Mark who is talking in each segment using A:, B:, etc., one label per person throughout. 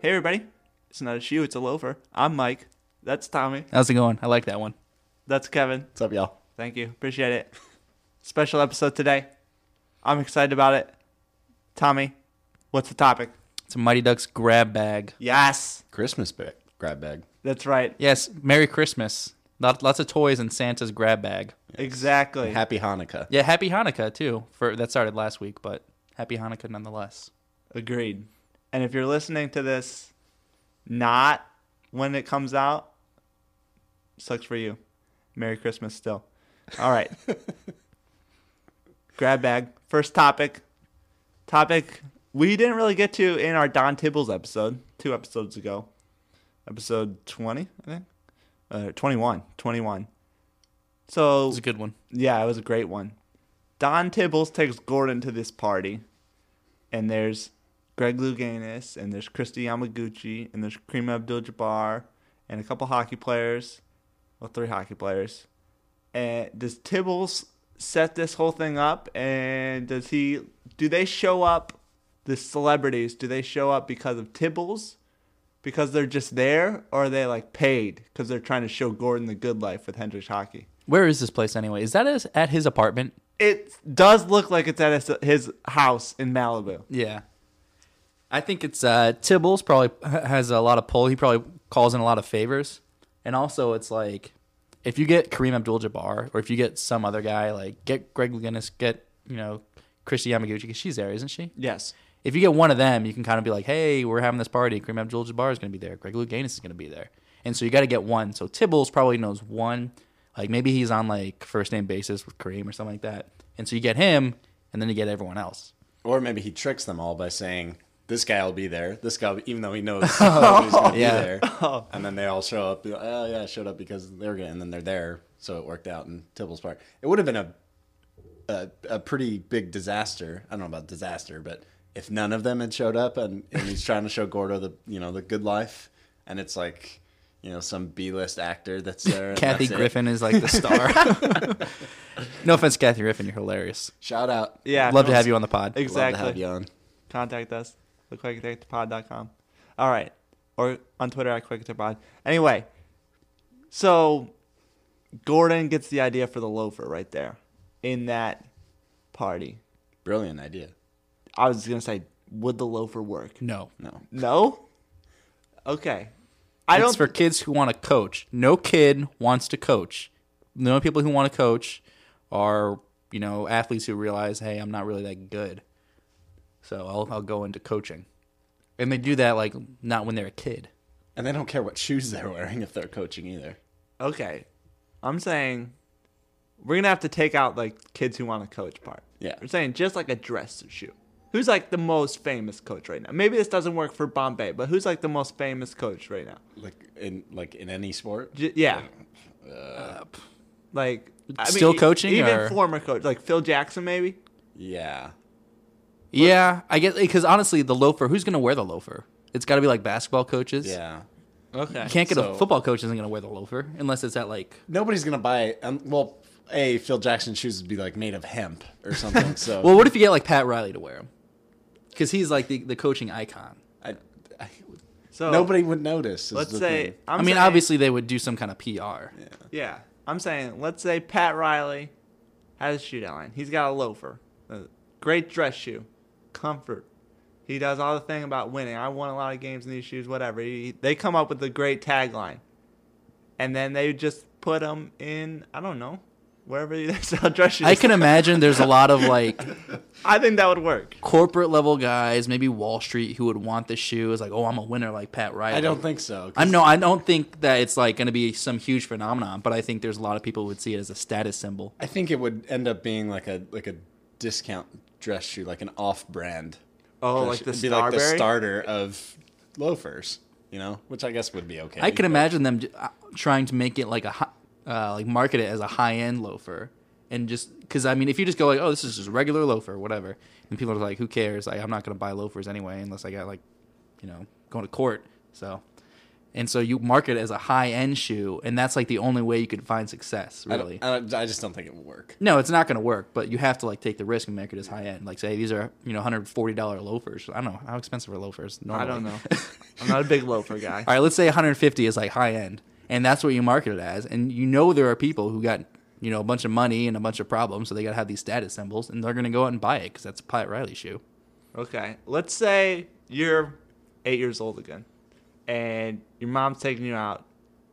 A: Hey everybody, it's not a shoe, it's a loafer. I'm Mike. That's Tommy.
B: How's it going? I like that one.
A: That's Kevin.
C: What's up, y'all?
A: Thank you. Appreciate it. Special episode today. I'm excited about it. Tommy, what's the topic?
B: It's a Mighty Ducks grab bag.
A: Yes.
C: Christmas bag, grab bag.
A: That's right.
B: Yes, Merry Christmas. Lot, lots of toys in Santa's grab bag.
A: Exactly.
C: Happy Hanukkah.
B: Yeah, Happy Hanukkah too. For that started last week, but Happy Hanukkah nonetheless.
A: Agreed. And if you're listening to this not when it comes out, sucks for you. Merry Christmas still. All right. Grab bag. First topic. Topic we didn't really get to in our Don Tibbles episode two episodes ago. Episode 20, I think. Uh, 21. 21. So
B: It's a good one.
A: yeah, it was a great one. Don Tibbles takes Gordon to this party, and there's Greg Louganis, and there's Christy Yamaguchi, and there's Kareem Abdul-Jabbar, and a couple hockey players, well, three hockey players. And does Tibbles set this whole thing up? And does he? Do they show up? The celebrities? Do they show up because of Tibbles? Because they're just there, or are they like paid because they're trying to show Gordon the good life with Hendrix Hockey?
B: Where is this place anyway? Is that his, at his apartment?
A: it does look like it's at his, his house in Malibu.
B: Yeah. I think it's uh, Tibbles probably h- has a lot of pull. He probably calls in a lot of favors. And also, it's like if you get Kareem Abdul-Jabbar or if you get some other guy, like get Greg Louganis, get you know Christy Yamaguchi because she's there, isn't she?
A: Yes.
B: if you get one of them, you can kind of be like, hey, we're having this party. Kareem Abdul-Jabbar is going to be there. Greg Louganis is going to be there. And so you got to get one. So Tibbles probably knows one. Like maybe he's on like first name basis with Kareem or something like that. And so you get him, and then you get everyone else.
C: Or maybe he tricks them all by saying, this guy will be there. This guy, even though he knows he's going to
B: Yeah.
C: be there. And then they all show up. be like, Oh, yeah, I showed up because they were going to, and then they're there. So it worked out in Tibble's Park. It would have been a, a, a pretty big disaster. I don't know about disaster, but if none of them had showed up and, and he's trying to show Gordo the, you know, the good life, and it's like, you know, some B-list actor that's there. and
B: Kathy
C: that's it.
B: Griffin is like the star. no offense, Kathy Griffin, you're hilarious.
C: Shout out.
A: Yeah.
B: Love to have you on the pod.
C: Love to
A: Exactly.
C: have you on.
A: Contact us. QuickTakeThePod.com. All right. Or on Twitter at QuickTakeThePod. Anyway, so Gordon gets the idea for the loafer right there in that party.
C: Brilliant idea.
A: I was going to say, would the loafer work?
B: No,
C: No.
A: No? Okay. I
B: it's
A: don't.
B: for kids who want to coach. No kid wants to coach. The only people who want to coach are, you know, athletes who realize, hey, I'm not really that good. So I'll, I'll go into coaching. And they do that, like, not when they're a kid.
C: And they don't care what shoes they're wearing if they're coaching either.
A: okay. I'm saying we're gonna have to take out like kids who want to coach part.
C: Yeah.
A: We're saying just like a dress shoe. Who's like the most famous coach right now? Maybe this doesn't work for Bombay, but who's like the most famous coach right now?
C: Like in like in any sport.
A: J- yeah. like I mean,
B: Still
A: e-
B: coaching,
A: Even
B: or-
A: former coach, like Phil Jackson, maybe.
C: Yeah.
B: yeah, I guess, because honestly, the loafer, who's going to wear the loafer? It's got to be like basketball coaches.
C: Yeah.
A: Okay.
B: You can't get
C: So-
B: a football coach isn't going to wear the loafer unless it's at, like,
C: Nobody's gonna buy um, well, a Phil Jackson shoes would be like made of hemp or something. So
B: well, what if you get, like, Pat Riley to wear them? Because he's, like, the, the coaching icon.
C: I, I,
A: So
C: nobody would notice. is
A: Let's
C: the
A: say
C: thing.
A: I'm
B: I mean,
A: saying-
B: obviously, they would do some kind of PR.
A: Yeah, I'm saying let's say Pat Riley has a shootout line. He's got a loafer, a great dress shoe, comfort. He does all the thing about winning. I won a lot of games in these shoes. Whatever. He, they come up with a great tagline, and then they just put him in. I don't know, wherever you that's how dress you.
B: I can imagine there's a lot of like
A: I think that would work.
B: corporate level guys, maybe Wall Street, who would want the shoe. Is like, oh, I'm a winner, like Pat Riley.
C: I don't think so. 'cause
B: I no, I don't think that it's like going to be some huge phenomenon, but I think there's a lot of people who would see it as a status symbol.
C: I think it would end up being like a like a discount dress shoe, like an off-brand.
A: Oh,
C: dress
A: like
C: shoe.
A: the
C: It'd be like the
A: Starberry?
C: starter of loafers, you know, which I guess would be okay.
B: I can
C: but-
B: imagine them j- uh, trying to make it like a hi- uh, like market it as a high end loafer, and just because I mean, if you just go like, oh, this is just a regular loafer, whatever, and people are like, who cares? Like, I'm not going to buy loafers anyway unless I got like, you know, going to court. So, and so you market it as a high end shoe, and that's like the only way you could find success,
C: I don't-
B: really.
C: I, don't- I just don't think it would work.
B: No, it's not going to work, but you have to like take the risk and make it as high end. Like say these are you know hundred forty dollar loafers. I don't know how expensive are loafers. Normally?
A: I don't know. I'm not a big loafer guy.
B: All right, let's say one hundred fifty is like high end, and that's what you market it as. And you know there are people who got you know a bunch of money and a bunch of problems, so they got to have these status symbols, and they're going to go out and buy it because that's a Pat Riley shoe.
A: Okay. Let's say you're eight years old again and your mom's taking you out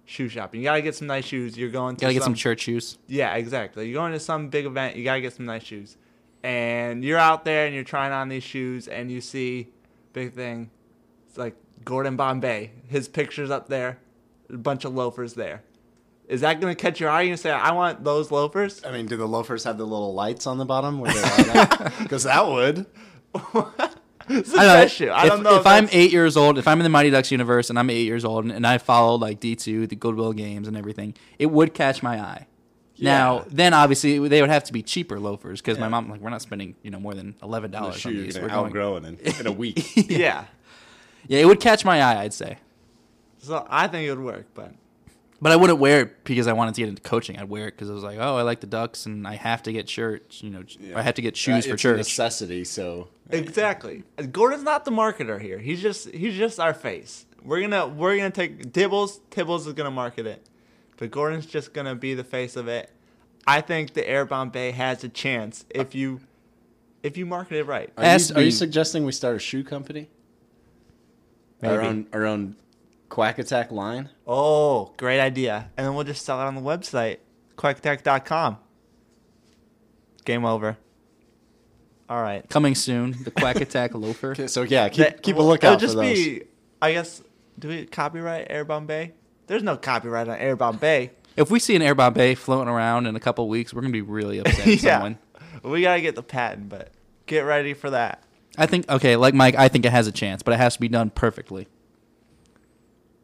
A: shoe shopping. You gotta get some nice shoes. You're going to
B: Got to get some church shoes.
A: Yeah, exactly. You're going to some big event, you gotta get some nice shoes. And you're out there and you're trying on these shoes and you see big thing. It's like Gordon Bombay. His picture's up there, a bunch of loafers there. Is that gonna catch your eye? You're gonna say, I want those loafers?
C: I mean, do the loafers have the little lights on the bottom? Because that would.
A: It's the
B: I don't know.
A: best shoe. I
B: if,
A: don't know
B: if I'm
A: that's-
B: eight years old, if I'm in the Mighty Ducks universe and I'm eight years old and, and I followed like D2, the Goodwill games and everything, it would catch my eye. Now,
C: Yeah.
B: then obviously they would have to be cheaper loafers because my mom like we're not spending you know more than eleven
C: The
B: dollars
C: shoe
B: on
C: you're
B: these. We're
C: gonna
B: going-
C: outgrow it in, in a week.
A: yeah.
B: yeah, it would catch my eye, I'd say,
A: So I think it would work, but
B: but I wouldn't wear it because I wanted to get into coaching. I'd wear it because I was like, oh, I like the Ducks and I have to get shirts, you know, I have to get shoes for
C: it's a
B: church.
C: necessity. So
A: exactly. Gordon's not the marketer here. He's just he's just our face. We're gonna we're gonna take Dibbles. Tibbles is gonna market it, but Gordon's just gonna be the face of it. I think the Air Bombay has a chance if you if you market it right.
C: Are,
B: Ask-
C: you, are you
B: are you-
C: suggesting we start a shoe company? Our
B: Maybe.
C: own, our own Quack Attack line.
A: Oh, great idea! And then we'll just sell it on the website, quacktech.com. Game over. All right.
B: Coming soon, the Quack Attack loafer.
C: Okay, so yeah, keep,
A: That-
C: keep a
A: well,
C: lookout
A: it'll just
C: for those.
A: Be, I guess, do we copyright Air Bombay? There's no copyright on Air Bombay.
B: If we see an Air Bombay floating around in a couple weeks, we're gonna be really upset. at
A: yeah,
B: someone.
A: we gotta get the patent, but get ready for that.
B: I think okay, like Mike, I think it has a chance, but it has to be done perfectly.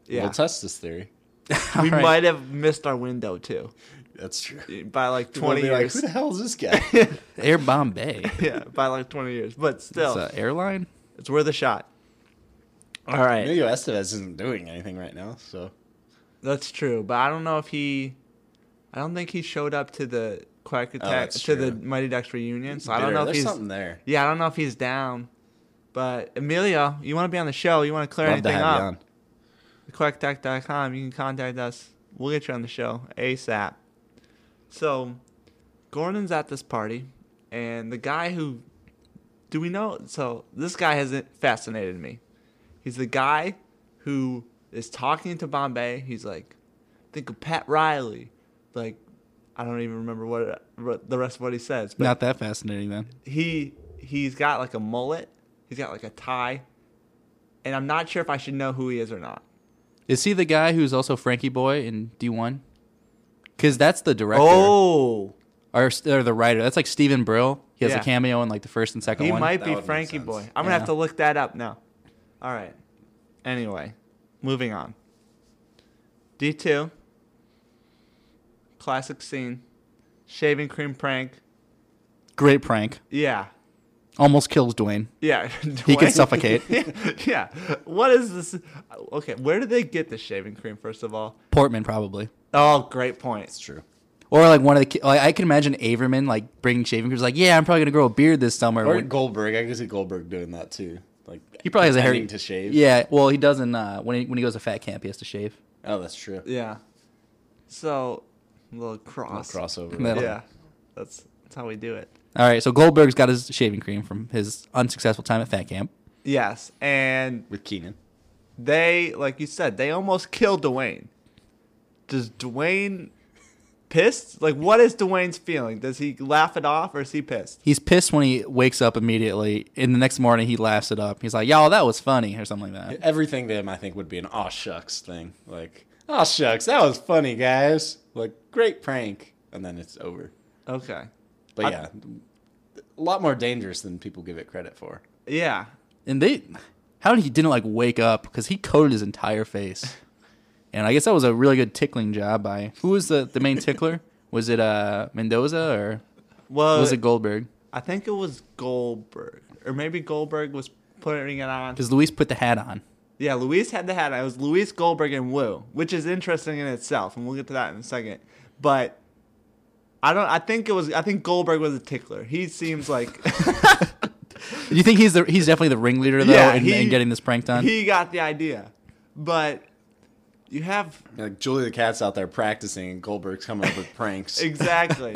A: Yeah,
C: We'll test this theory.
A: we
B: All right.
A: might have missed our window too
C: That's true.
A: by like
C: People will
A: 20
C: be like,
A: years.
C: Who the hell is this guy?
B: Air Bombay.
A: yeah, by like 20 years, but
B: It's
A: still,
B: an airline.
A: it's worth a shot. All right,
C: Emilio Estevez isn't doing anything right now, so
A: that's true, but I don't know if he. I don't think he showed up to the Quack Attack
C: Oh, that's
A: to the
C: true.
A: Mighty Ducks reunion, so I don't
C: Bitter.
A: know if
C: there's
A: he's
C: something there.
A: Yeah, I don't know if he's down. But Emilio, you want to be on the show, you want to clear
C: Love to
A: anything
C: have you
A: up,
C: on.
A: quacktech.com, you can contact us. We'll get you on the show ASAP. So, Gordon's at this party, and the guy who. Do we know? So, this guy has fascinated me. He's the guy who is talking to Bombay. He's like, think of Pat Riley. Like, I don't even remember what, what the rest of what he says. But
B: Not that fascinating then.
A: he he's got like a mullet. He's got like a tie, and I'm not sure if I should know who he is or not.
B: Is he the guy who's also Frankie Boy in D one? Because that's the director
A: Oh,
B: or, or the writer. That's like Stephen Brill. He has
A: Yeah.
B: a cameo in like the first and second
A: he
B: one.
A: might
C: That
A: be
C: would make
A: Frankie
C: sense.
A: Boy. I'm gonna
B: Yeah.
A: have to look that up now. All right. Anyway, moving on. D two. Classic scene, shaving cream prank.
B: Great prank.
A: Yeah,
B: Almost kills Dwayne.
A: yeah.
B: He can
A: Dwayne.
B: suffocate.
A: yeah. What is this? Okay, where did they get the shaving cream? First of all.
B: Portman probably.
A: Oh, great point.
C: It's true.
B: Or like one of the ki- like I can imagine Averman like bringing shaving creams like yeah I'm probably gonna grow a beard this summer.
C: Or
B: When-
C: Goldberg. I could see Goldberg doing that too. Like
B: he probably has a hair
C: pretending to shave.
B: Yeah, well he doesn't uh, when he, when he goes to fat camp he has to shave.
C: Oh, that's true.
A: Yeah. So little cross.
C: Crossover.
B: That'll-
A: Yeah. That's that's how we do it.
B: All right, so Goldberg's got his shaving cream from his unsuccessful time at Fat Camp.
A: Yes. And
C: With Keenan.
A: they like you said, they almost killed Dwayne. Does Dwayne pissed? Like, what is Dwayne's feeling? Does he laugh it off or is he pissed?
B: He's pissed when he wakes up immediately, and the next morning he laughs it up. He's like, "Y'all, that was funny," or something like that.
C: Everything to him, I think, would be an aw shucks thing. Like, aw shucks, that was funny, guys. Like, great prank. And then it's over.
A: Okay.
C: But yeah, a lot more dangerous than people give it credit for.
A: Yeah.
B: And they, how did he didn't like wake up because he coated his entire face, and I guess that was a really good tickling job by who was the the main tickler? Was it uh Mendoza or
A: Well,
B: was it Goldberg?
A: I think it was Goldberg, or maybe Goldberg was putting it on.
B: Because Luis put the hat on.
A: Yeah, Luis had the hat. on. It was Luis Goldberg and Wu, which is interesting in itself, and we'll get to that in a second. But I don't. I think it was. I think Goldberg was a tickler. He seems like
B: You think he's the he's definitely the ringleader though, in,
A: he-
B: in getting this prank done?
A: He got the idea, but you have
C: Like, Julie the Cat's out there practicing, and Goldberg's coming up with pranks.
A: exactly,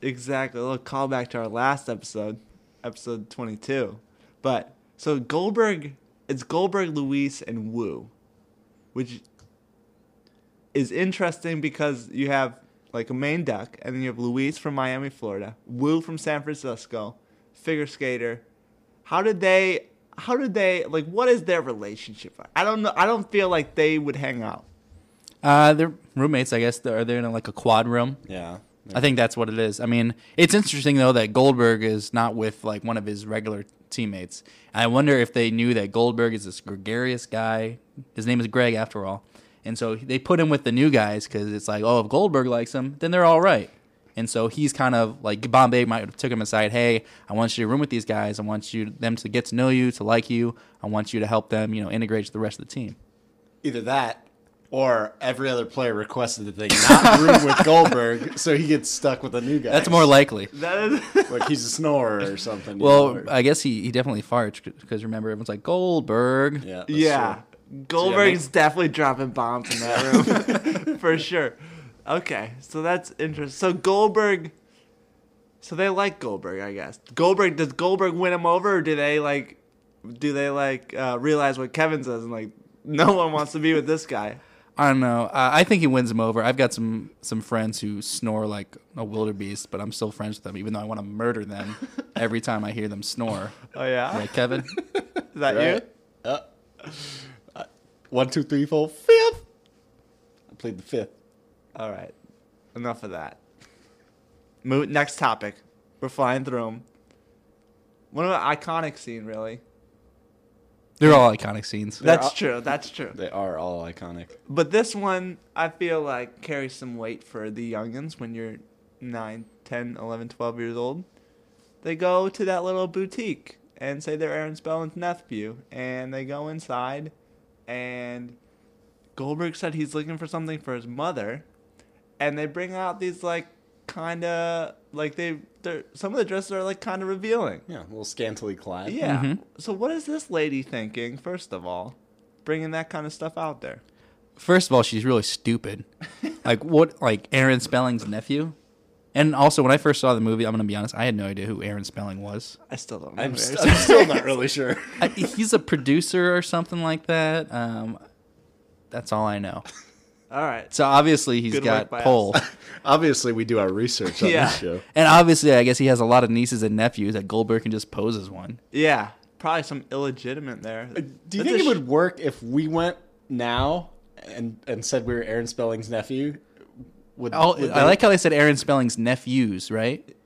A: exactly. A little callback to our last episode, episode twenty-two. But so Goldberg, it's Goldberg, Luis, and Wu, which is interesting because you have like a main duck, and then you have Luis from Miami, Florida, Wu from San Francisco, figure skater. How did they? How did they? Like, what is their relationship? I don't know. I don't feel like they would hang out.
B: Uh, they're roommates, I guess. They're, are they in like a quad room?
C: Yeah.
B: I think that's what it is. I mean, it's interesting though that Goldberg is not with like one of his regular teammates. I wonder if they knew that Goldberg is this gregarious guy. His name is Greg after all, and so they put him with the new guys because it's like, oh, if Goldberg likes him, then they're all right. And so he's kind of like Bombay might have took him aside. Hey, I want you to room with these guys. I want you them to get to know you, to like you. I want you to help them, you know, integrate to the rest of the team.
C: Either that or every other player requested that they not room with Goldberg, so he gets stuck with a new guy.
B: That's more likely.
A: That is.
C: like he's a snorer or something. you know,
B: Well,
C: or-
B: I guess he, he definitely farts because remember everyone's like Goldberg.
C: yeah, that's
A: Yeah.
C: true.
A: Goldberg's definitely dropping bombs in that room. for sure. Okay. So that's interesting. So Goldberg So they like Goldberg, I guess. Goldberg does Goldberg win him over or do they like do they like uh, realize what Kevin says and like no one wants to be with this guy?
B: I don't know. Uh, I think he wins him over. I've got some some friends who snore like a wildebeest, but I'm still friends with them, even though I want to murder them every time I hear them snore.
A: Oh yeah.
B: Like Kevin,
A: Is that you?
C: Right? Uh, uh, one, two, three, four, fifth. I played the fifth.
A: All right. Enough of that. Mo- next topic. We're flying through them. One of the iconic scene, really.
B: they're all iconic scenes.
A: That's
C: all-
A: true. That's true.
C: They are all iconic.
A: But this one, I feel like carries some weight for the youngins when you're 9, 10, 11, 12 years old. They go to that little boutique and say they're Aaron Spelling's nephew. And they go inside, and Goldberg said he's looking for something for his mother. And they bring out these, like, kind of, like, they, they're, some of the dresses are, like, kind of revealing.
C: Yeah, a little scantily clad.
A: Yeah. So, what is this lady thinking, first of all, bringing that kind of stuff out there?
B: First of all, she's really stupid. Like what? Like Aaron Spelling's nephew. And also, when I first saw the movie, I'm gonna be honest, I had no idea who Aaron Spelling was.
A: I still don't know.
C: I'm,
A: who
C: st-
A: Aaron
C: I'm still not really sure.
B: I, he's a producer or something like that. Um, that's all I know.
A: All right.
B: So obviously he's
A: Good work
B: got
A: by
B: pole.
C: Obviously, we do our research on
A: Yeah.
C: this show.
B: And obviously, I guess he has a lot of nieces and nephews that Goldberg can just pose as one.
A: Yeah, probably some illegitimate there.
C: Uh, Do you
A: That's a
C: think it
A: sh-
C: would work if we went now and and said we were Aaron Spelling's nephew? Would,
B: Oh,
C: would
B: I
C: they-
B: like how they said Aaron Spelling's nephews, right?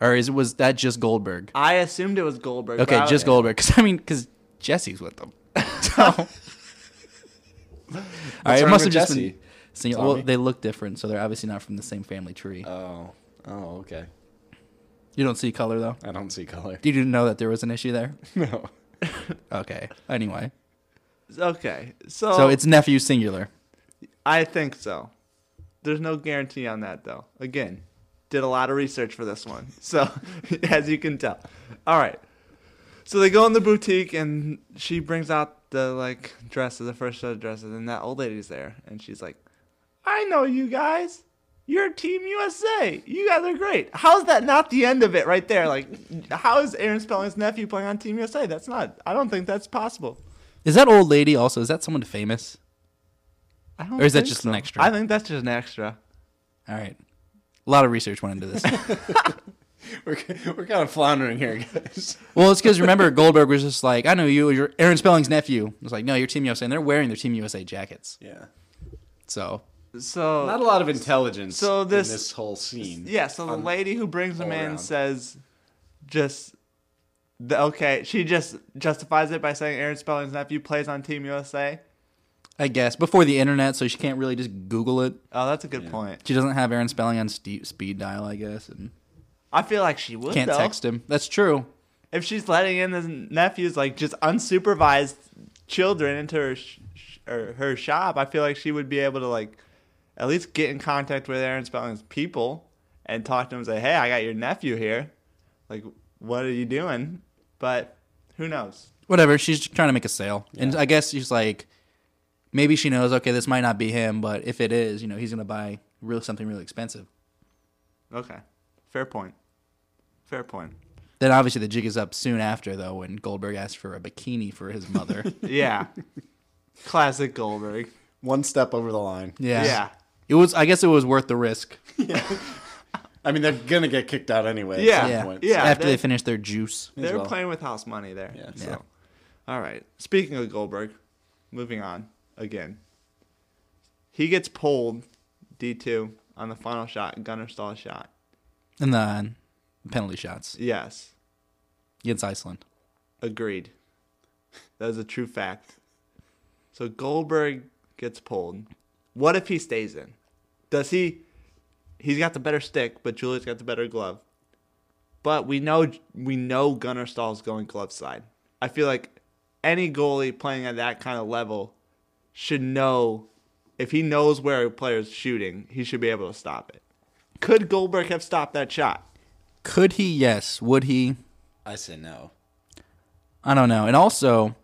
B: Or is was that just Goldberg?
A: I assumed it was Goldberg.
B: Okay,
A: but I-
B: just Goldberg. Because I mean, because Jesse's with them. So, all right, it
C: wrong
B: must have
C: with
B: just
C: Jesse?
B: been. So, you know,
C: Tommy?
B: well, they look different, so they're obviously not from the same family tree.
C: Oh, oh, okay.
B: you don't see color though.
C: I don't see color.
B: Did you know that there was an issue there?
C: No.
B: Okay. Anyway,
A: Okay, so,
B: so it's nephew singular.
A: I think so. There's no guarantee on that though. Again, did a lot of research for this one, so as you can tell. All right, so they go in the boutique and she brings out the like dresses, the first set of dresses, and that old lady's there, and she's like, "I know you guys." You're Team USA. You guys are great. How's that not the end of it right there? Like, how is Aaron Spelling's nephew playing on Team USA? That's not. I don't think that's possible.
B: Is that old lady also? Is that someone famous?
A: I don't
B: Or is that
A: think
B: just an
A: so.
B: extra?
A: I think that's just an extra.
B: All right. A lot of research went into this.
C: We're, we're kind of floundering here, guys.
B: well, it's because remember Goldberg was just like, I know you, you're Aaron Spelling's nephew. I was like, no, you're Team USA, and they're wearing their Team USA jackets.
C: Yeah.
B: So
A: So
C: Not a lot of intelligence
A: So this-
C: in this whole scene.
A: Yeah, so the lady who brings him
C: all
A: in
C: around.
A: says just the, okay, she just justifies it by saying Aaron Spelling's nephew plays on Team USA.
B: I guess before the internet, so she can't really just Google it.
A: Oh, that's a good point.
B: She doesn't have Aaron Spelling on ste speed dial, I guess, and
A: I feel like she would
B: can't
A: though.
B: text him. That's true.
A: If she's letting in the nephews like just unsupervised children into her sh- sh- or her shop, I feel like she would be able to like at least get in contact with Aaron Spelling's people and talk to him and say, "Hey, I got your nephew here. Like, what are you doing?" But who knows?
B: Whatever. She's just trying to make a sale, and I guess she's like, maybe she knows. Okay, this might not be him, but if it is, you know, he's gonna buy real something really expensive.
A: Okay. Fair point. Fair point.
B: Then obviously the jig is up soon after though, when Goldberg asks for a bikini for his mother.
A: Yeah. Classic Goldberg.
C: One step over the line.
B: yeah.
A: Yeah.
B: It was. I guess it was worth the risk
C: I mean, they're going to get kicked out anyway.
A: Yeah.
C: At some
B: Yeah.
C: Point,
A: Yeah.
B: after they
A: that-
B: finish their juice.
A: They're
C: well.
A: playing with house money there.
C: Yeah.
A: So. All right. Speaking of Goldberg, moving on again. He gets pulled D2 on the final shot, Gunner stall shot.
B: And then penalty shots
A: Yes.
B: against Iceland.
A: Agreed. That is a true fact. So Goldberg gets pulled. What if he stays in? Does he? He's got the better stick, but Julius got the better glove. But we know we know Gunnar Stahl's going glove side. I feel like any goalie playing at that kind of level should know if he knows where a player's shooting, he should be able to stop it. Could Goldberg have stopped that shot?
B: Could he? Yes. Would he?
C: I say no.
B: I don't know. And also,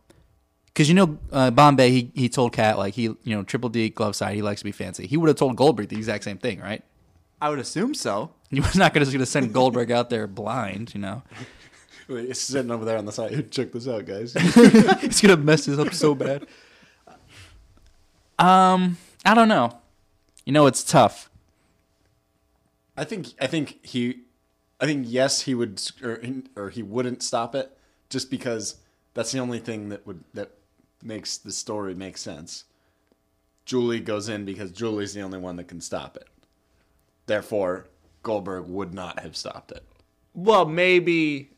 B: because you know, uh, Bombay, he, he told Cat like he, you know, Triple D glove side, he likes to be fancy. He would have told Goldberg the exact same thing, right?
A: I would assume so.
B: He was not gonna- just going to send Goldberg out there blind, you know.
C: Wait, It's sitting over there on the side. Check this out, guys.
B: He's going to mess this up so bad. Um, I don't know. You know, it's tough.
C: I think I think he, I think yes, he would s- or, or he wouldn't stop it just because that's the only thing that would that makes the story make sense. Julie goes in because Julie's the only one that can stop it. Therefore, Goldberg would not have stopped it.
A: Well, maybe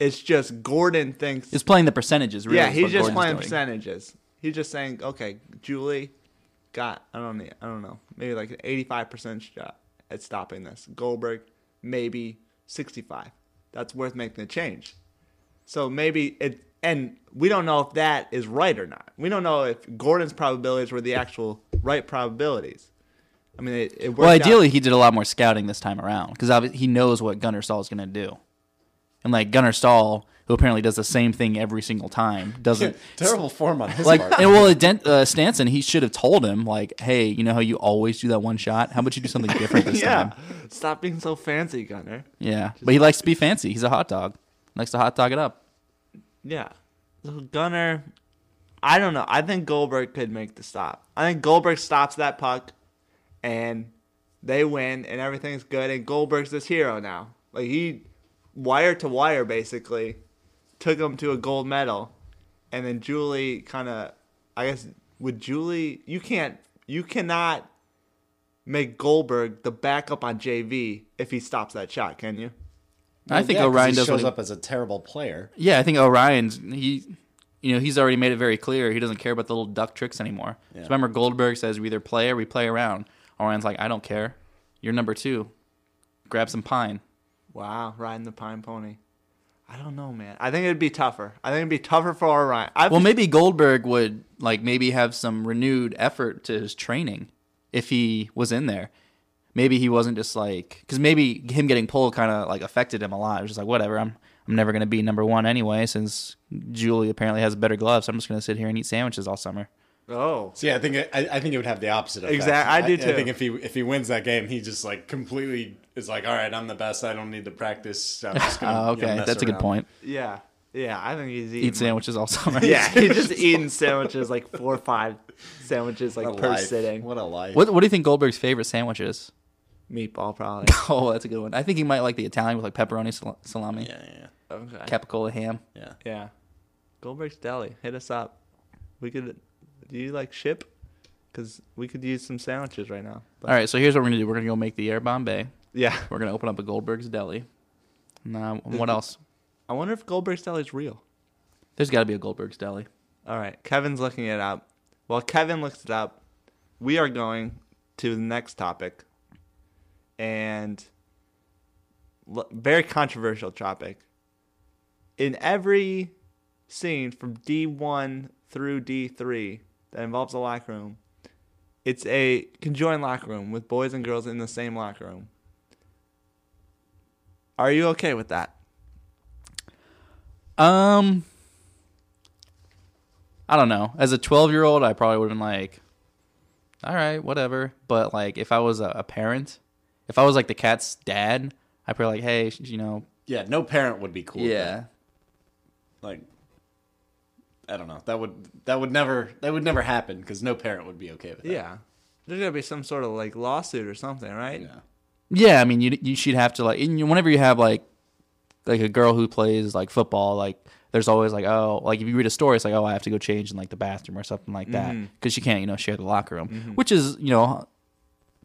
A: it's just Gordon thinks.
B: It's playing the percentages, really.
A: yeah,
B: is
A: he's
B: what
A: just
B: Gordon's
A: playing
B: doing.
A: percentages. He's just saying, okay, Julie got I don't know, I don't know, maybe like an eighty-five percent shot at stopping this. Goldberg maybe sixty-five. That's worth making a change. So maybe it, and we don't know if that is right or not. We don't know if Gordon's probabilities were the actual right probabilities. I mean, it, it worked
B: Well,
A: out-
B: ideally, he did a lot more scouting this time around because he knows what Gunnar Stahl is going to do. And like Gunnar Stahl, who apparently does the same thing every single time, doesn't.
C: Terrible form on his
B: Like,
C: part.
B: and well, Dent, uh, Stanson, he should have told him, like, hey, you know how you always do that one shot? How about you do something different this
A: yeah.
B: time?
A: Stop being so fancy, Gunner.
B: Yeah. But he likes to be fancy. He's a hot dog. Likes to hot dog it up.
A: Yeah. So Gunner, I don't know. I think Goldberg could make the stop. I think Goldberg stops that puck, and they win, and everything's good. And Goldberg's this hero now. Like he, wire to wire, basically, took him to a gold medal, and then Julie kind of, I guess, with Julie, you can't, you cannot make Goldberg the backup on JV if he stops that shot, can you?
B: I think
C: Yeah, 'cause
B: Orion
C: he
B: does. what
C: shows
B: he-
C: up as a terrible player.
B: Yeah, I think Orion's he, you know, he's already made it very clear he doesn't care about the little duck tricks anymore. So remember, Goldberg says we either play or we play around. Orion's like, I don't care. You're number two. Grab some pine.
A: Wow, riding the pine pony. I don't know, man. I think it'd be tougher. I think it'd be tougher for our Ryan. I've,
B: Well, maybe Goldberg would like maybe have some renewed effort to his training if he was in there. Maybe he wasn't just like because maybe him getting pulled kind of like affected him a lot. It was just like whatever, I'm I'm never gonna be number one anyway since Julie apparently has better gloves. I'm just gonna sit here and eat sandwiches all summer.
A: oh,
C: So yeah, I think I, I think it would have the opposite effect.
A: Exact- I do
C: I,
A: too.
C: think if he if he wins that game, he just like completely is like, all right, I'm the best. I don't need to practice. I'm just gonna,
B: Oh,
C: you know,
B: okay,
C: mess
B: that's a good
C: around."
B: point.
A: yeah, yeah. I think he's eating.
B: Eat sandwiches all summer.
A: yeah, he's just eating sandwiches like four or five sandwiches like
C: What a
A: per
C: life.
A: sitting.
C: What a life.
B: What What do you think Goldberg's favorite sandwich is?
A: Meatball, probably.
B: Oh, that's a good one. I think he might like the Italian with like pepperoni, sal- salami,
C: Yeah, yeah,
A: okay.
B: capicola ham.
C: yeah.
A: yeah. Goldberg's Deli. Hit us up. We could. Do you like ship? Because we could use some sandwiches right now. But,
B: All right, so here's what we're gonna do. We're gonna go make the Air Bombay.
A: Yeah.
B: We're gonna open up a Goldberg's Deli. Nah,
C: Mm-hmm.
B: what else?
A: I wonder if Goldberg's Deli is real.
B: There's got to be a Goldberg's Deli.
A: All right, Kevin's looking it up. While Kevin looks it up, we are going to the next topic, and l- very controversial topic. In every scene from D one through D three that involves a locker room, it's a conjoined locker room with boys and girls in the same locker room. Are you okay with that?
B: Um, I don't know. As a 12 year old, I probably would have been like, all right, whatever. But like, if I was a, a parent, if I was like the cat's dad, I'd probably like, hey, sh- you know,
C: Yeah, no parent would be cool. with that.
B: yeah,
C: like I don't know. That would that would never that would never happen because no parent would be okay with that.
A: Yeah, there's gotta be some sort of like lawsuit or something, right?
C: Yeah.
B: yeah. I mean, you you should have to like, and you- whenever you have like like a girl who plays like football, like there's always like, oh, like if you read a story, it's like, oh, I have to go change in like the bathroom or something like that
C: Mm-hmm.
B: because she can't, you know, share the locker room, which is, you know,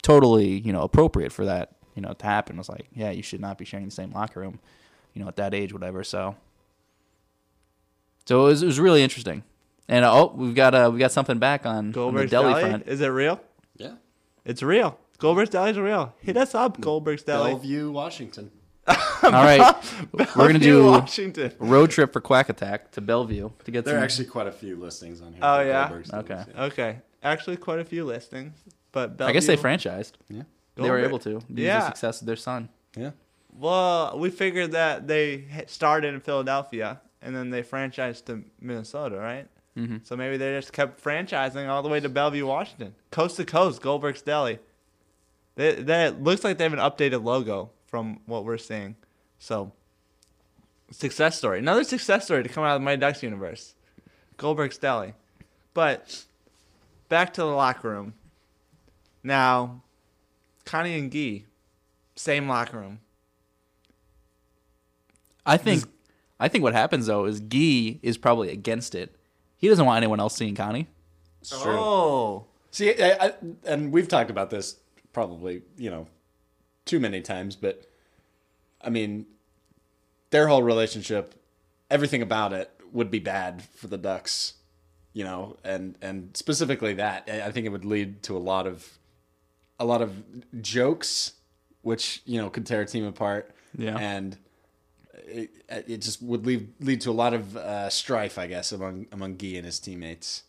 B: totally, you know, appropriate for that, you know, to happen. It's like, yeah, you should not be sharing the same locker room, you know, at that age, whatever. So, so it was, it was really interesting. And uh, oh, we've got uh, we got something back on, on the
A: Goldberg's
B: deli,
A: Deli?
B: front.
A: Is it real?
C: Yeah.
A: It's real. Goldberg's Deli's real. Hit us up, Goldberg's Deli.
C: Bellevue, Washington.
B: All right, we're gonna
A: Bellevue,
B: do
A: Washington.
B: road trip for Quack Attack to Bellevue to get
C: There are
B: some.
C: actually quite a few listings on here.
A: Oh,
C: for
A: yeah?
C: Goldberg's Donuts,
B: Okay.
C: yeah.
A: Okay, actually, quite a few listings, but
B: I guess they
A: Bellevue-
B: franchised.
C: Yeah.
B: They were
A: Goldberg.
B: able to. Due yeah.
A: Yeah.
B: The success of their son.
C: Yeah.
A: Well, we figured that they ha- started in Philadelphia and then they franchised to Minnesota, right? Mm-hmm. So maybe they just kept franchising all the way to Bellevue, Washington, coast to coast. Goldberg's Deli. They, that looks like they have an updated logo from what we're seeing. So success story, another success story to come out of my Ducks universe, Goldberg's Deli. But back to the locker room. Now, Connie and Gee, same locker room.
B: I think I think what happens though is Gee is probably against it. He doesn't want anyone else seeing Connie.
A: Oh,
C: See, I, I, and we've talked about this probably, you know, too many times, but I mean, their whole relationship, everything about it would be bad for the Ducks, you know, and and specifically that. I I think it would lead to a lot of a lot of jokes, which you know could tear a team apart.
B: Yeah.
C: and it, it just would lead lead to a lot of uh, strife, I guess, among among Guy and his teammates,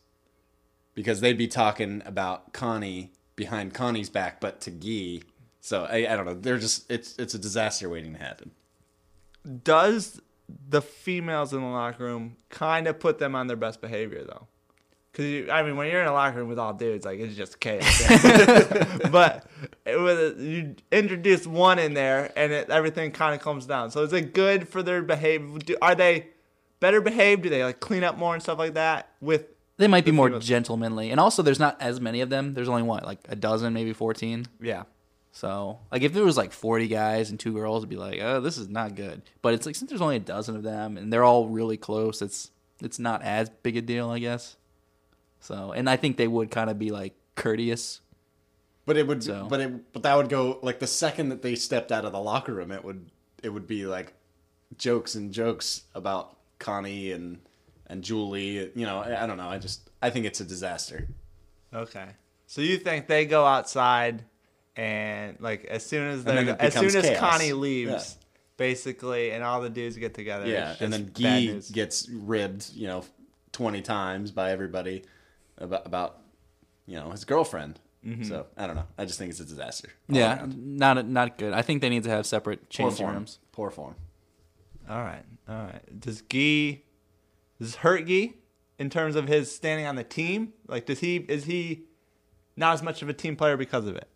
C: because they'd be talking about Connie behind Connie's back, but to Guy. So I, I don't know. They're just it's it's a disaster waiting to happen.
A: does the females in the locker room kind of put them on their best behavior though? Because I mean, when you're in a locker room with all dudes, like it's just chaos. but it was, you introduce one in there, and it, everything kind of calms down. So is it good for their behavior? Do, are they better behaved? Do they like clean up more and stuff like that? With
B: They might be more gentlemanly. And also there's not as many of them. There's only what, like a dozen, maybe fourteen.
A: yeah,
B: So like if there was like forty guys and two girls, it'd be like, oh, this is not good. But it's like since there's only a dozen of them and they're all really close, it's it's not as big a deal, I guess. So and I think they would kind of be like courteous.
C: But it would,
B: So-
C: but it, but that would go like the second that they stepped out of the locker room, it would, it would be like jokes and jokes about Connie and and Julie. You know, I, I don't know. I just, I think it's a disaster.
A: okay. So you think they go outside, and like as soon as
C: then
A: they
C: it
A: as soon
C: becomes
A: as
C: chaos.
A: Connie leaves.
C: Yeah.
A: Basically, and all the dudes get together.
C: Yeah,
A: it's
C: and
A: just
C: then
A: bad
C: Guy
A: news.
C: gets ribbed, you know, twenty times by everybody about about you know his girlfriend. So I don't know. I just think it's a disaster. all
B: yeah,
C: around.
B: not not good. I think they need to have separate
C: poor
B: changing
C: form.
B: rooms.
C: Poor form.
A: All right, all right. Does Gee, does hurt Gee in terms of his standing on the team? Like, does he is he not as much of a team player because of it?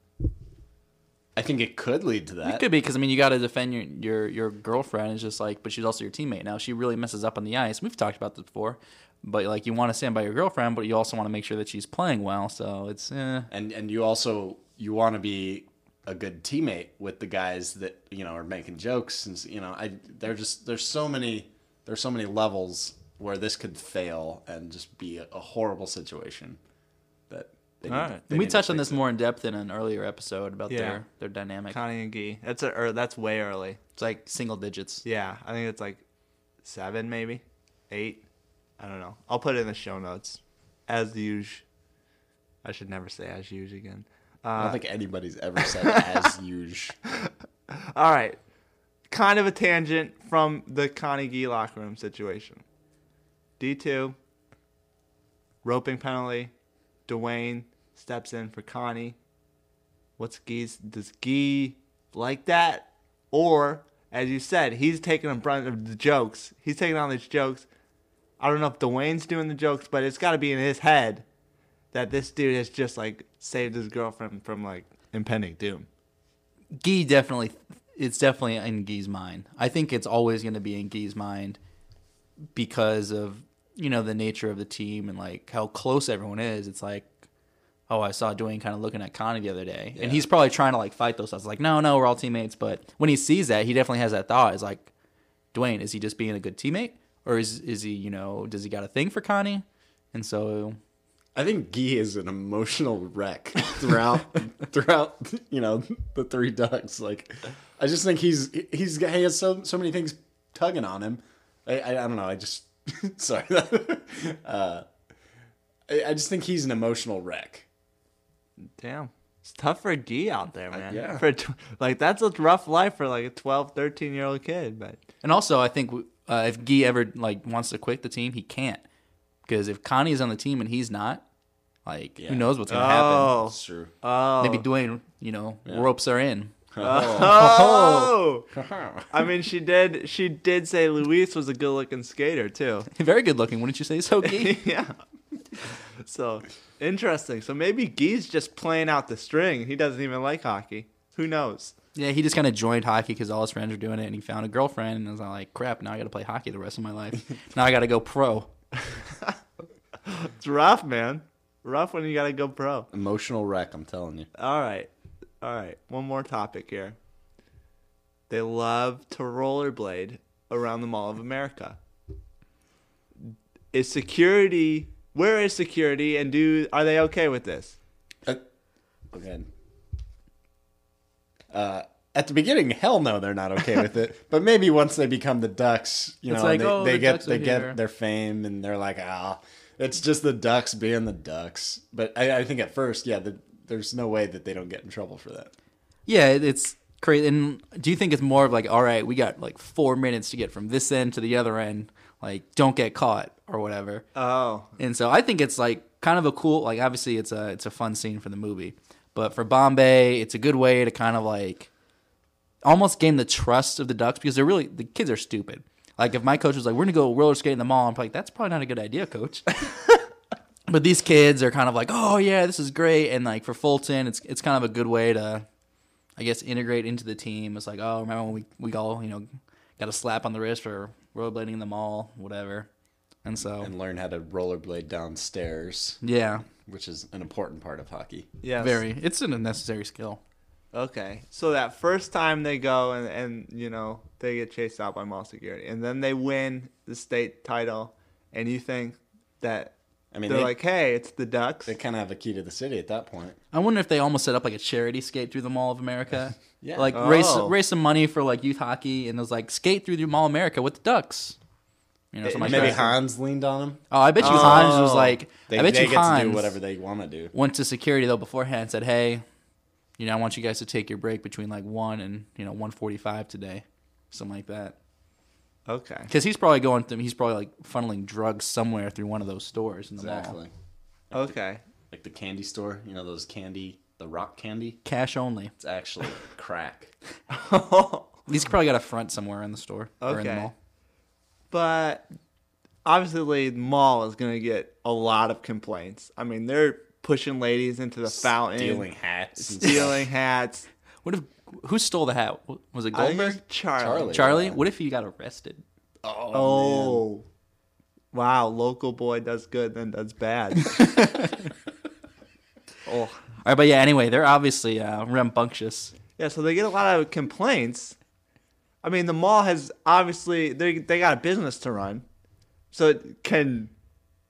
C: I think it could lead to that.
B: It could be because I mean you got to defend your your your girlfriend is just like, but she's also your teammate now. She really messes up on the ice. We've talked about this before, but like you want to stand by your girlfriend, but you also want to make sure that she's playing well. So it's eh.
C: and and you also you want to be a good teammate with the guys that you know are making jokes and you know I there's just there's so many there's so many levels where this could fail and just be a, a horrible situation that they
A: All
C: to-
A: right.
C: they
B: we
C: to
B: touched on
C: fix
B: this more in depth in an earlier episode about
A: Yeah.
B: their their dynamic.
A: Connie and Gee. That's a, or that's way early.
B: It's like single digits.
A: Yeah, I think it's like seven, maybe eight. I don't know. I'll put it in the show notes as usual. I should never say as usual again.
C: I don't think anybody's ever said as usual.
A: All right. Kind of a tangent from the Connie Gee locker room situation. D2, roping penalty. Dwayne steps in for Connie. What's Gee's? Does Gee like that? Or, as you said, he's taking a brunt of the jokes. He's taking on these jokes. I don't know if Dwayne's doing the jokes, but it's got to be in his head that this dude has just like saved his girlfriend from like impending doom.
B: Gee definitely, it's definitely in Gee's mind. I think it's always going to be in Gee's mind because of you know the nature of the team and like how close everyone is. It's like, oh, I saw Dwayne kind of looking at Connie the other day, and he's probably trying to like fight those thoughts. Like, no, no, we're all teammates. But when he sees that, he definitely has that thought. Is like, Dwayne, is he just being a good teammate, or is is he you know does he got a thing for Connie? And so
C: I think Guy is an emotional wreck throughout throughout you know the three ducks. Like I just think he's he's he has so so many things tugging on him. I I, I don't know. I just sorry. uh, I, I just think he's an emotional wreck.
A: Damn. Uh, It's tough for Gee out there, man.
C: yeah.
A: For tw- like that's a rough life for like a 12, 13-year-old kid, but
B: And also, I think uh, if Gee ever like wants to quit the team, he can't because if Connie's on the team and he's not, like who knows what's gonna
A: Oh.
C: That's true.
B: happen? Maybe Dwayne, you know, ropes are in.
C: Uh,
A: Oh. I mean, she did she did say Luis was a good-looking skater, too.
B: Very good looking, wouldn't you say, so Gee?
A: yeah. So, interesting. So maybe Gee's just playing out the string. He doesn't even like hockey. Who knows?
B: yeah, he just kind of joined hockey because all his friends were doing it, and he found a girlfriend, and was like, "Crap, now I got to play hockey the rest of my life. now I got to go pro."
A: It's rough, man. Rough when you got to go pro.
C: Emotional wreck. I'm telling you.
A: All right. All right. One more topic here. They love to rollerblade around the Mall of America. Is security where is security and do are they okay with this?
C: Uh, okay. Uh, at the beginning, hell no, they're not okay with it. But maybe once they become the Ducks, you
B: It's
C: know,
B: like,
C: they,
B: oh,
C: they
B: the
C: get
B: Ducks are
C: they
B: here.
C: get their fame, and they're like, ah, it's just the Ducks being the Ducks. But I, I think at first, yeah, the, there's no way that they don't get in trouble for that.
B: Yeah, it- it's crazy. And do you think it's more of like, all right, we got like four minutes to get from this end to the other end, like don't get caught or whatever?
A: Oh,
B: And so I think it's like kind of a cool like obviously it's a it's a fun scene for the movie. But for Bombay, it's a good way to kind of like almost gain the trust of the ducks because they're really the kids are stupid. Like if my coach was like, "We're gonna go roller skate in the mall," I'm like, "That's probably not a good idea, coach." but these kids are kind of like, "Oh yeah, this is great," and like for Fulton, it's it's kind of a good way to, I guess, integrate into the team. It's like, "Oh, remember when we we all you know got a slap on the wrist for rollerblading in the mall, whatever," and so
C: And learn how to rollerblade downstairs,
B: yeah,
C: which is an important part of hockey.
A: yes.
B: Very. It's an unnecessary skill.
A: Okay. So that first time they go and, and you know, they get chased out by mall security and then they win the state title and you think that
C: I mean,
A: they're
C: they,
A: like, "Hey, it's the Ducks."
C: they kind of have a key to the city at that point.
B: I wonder if they almost set up like a charity skate through the Mall of America.
C: Yeah.
B: Like raise
A: Oh.
B: raise some money for like youth hockey and those like skate through the Mall of America with the ducks. You know, something like
C: Maybe
B: that.
C: Hans leaned on him.
B: Oh, I bet you Hans was like
C: They,
B: I bet
C: they
B: you
C: get
B: Hans
C: to do whatever they want to do.
B: went to security though beforehand and said, Hey, you know, I want you guys to take your break between like one and you know, one forty five today. Something like that.
A: okay.
B: Because he's probably going through he's probably like funneling drugs somewhere through one of those stores in the mall.
C: Exactly.
A: Okay.
C: like the candy store. You know those candy, the rock candy.
B: Cash only.
C: It's actually crack.
B: He's probably got a front somewhere in the store or in the
A: Okay.
B: mall.
A: but obviously the mall is going to get a lot of complaints. I mean, they're pushing ladies into the fountain,
C: Stealing hats. and
A: stealing hats.
B: What if who stole the hat? W- Was it
A: I think it
B: Goldberg?
A: was Charlie.
C: Charlie.
B: Charlie? What if he got arrested?
C: stuff. Oh,
A: Oh, wow! Local boy does good, then does bad. oh,
B: right, but yeah. Anyway, they're obviously uh, rambunctious.
A: Yeah, so they get a lot of complaints. I mean, the mall has obviously they they got a business to run. So can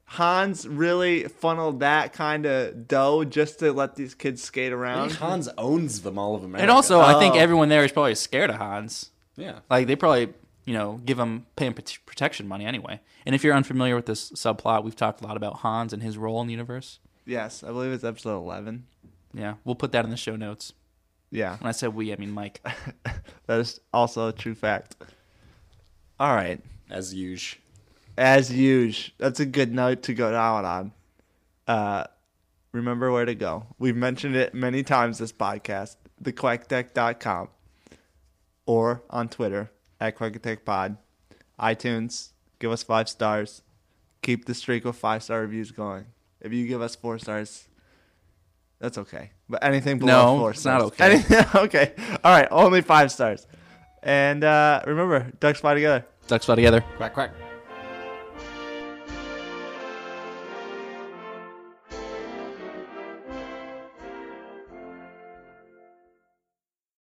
A: Hans really funnel that kind of dough just to let these kids skate around?
C: Hans owns them all of America.
B: And also, I think everyone there is probably scared of Hans.
C: yeah,
B: Like they probably, you know, give him pay him prote- protection money anyway. And if you're unfamiliar with this subplot, we've talked a lot about Hans and his role in the universe.
A: Yes, I believe it's episode 11.
B: Yeah, we'll put that in the show notes.
A: Yeah.
B: When I said we, I mean Mike.
A: That is also a true fact. All right.
C: as usual.
A: As usual, that's a good note to go down on. Uh, remember where to go. We've mentioned it many times this podcast, thequackdeck.com or on Twitter at quackdeckpod. iTunes, give us five stars. Keep the streak of five star reviews going. If you give us four stars, that's okay. But anything below
B: No,
A: four
B: it's not
A: stars.
B: okay.
A: Anything- okay. All right. Only five stars. And uh, remember, ducks fly together.
B: Ducks fly together.
C: Quack quack.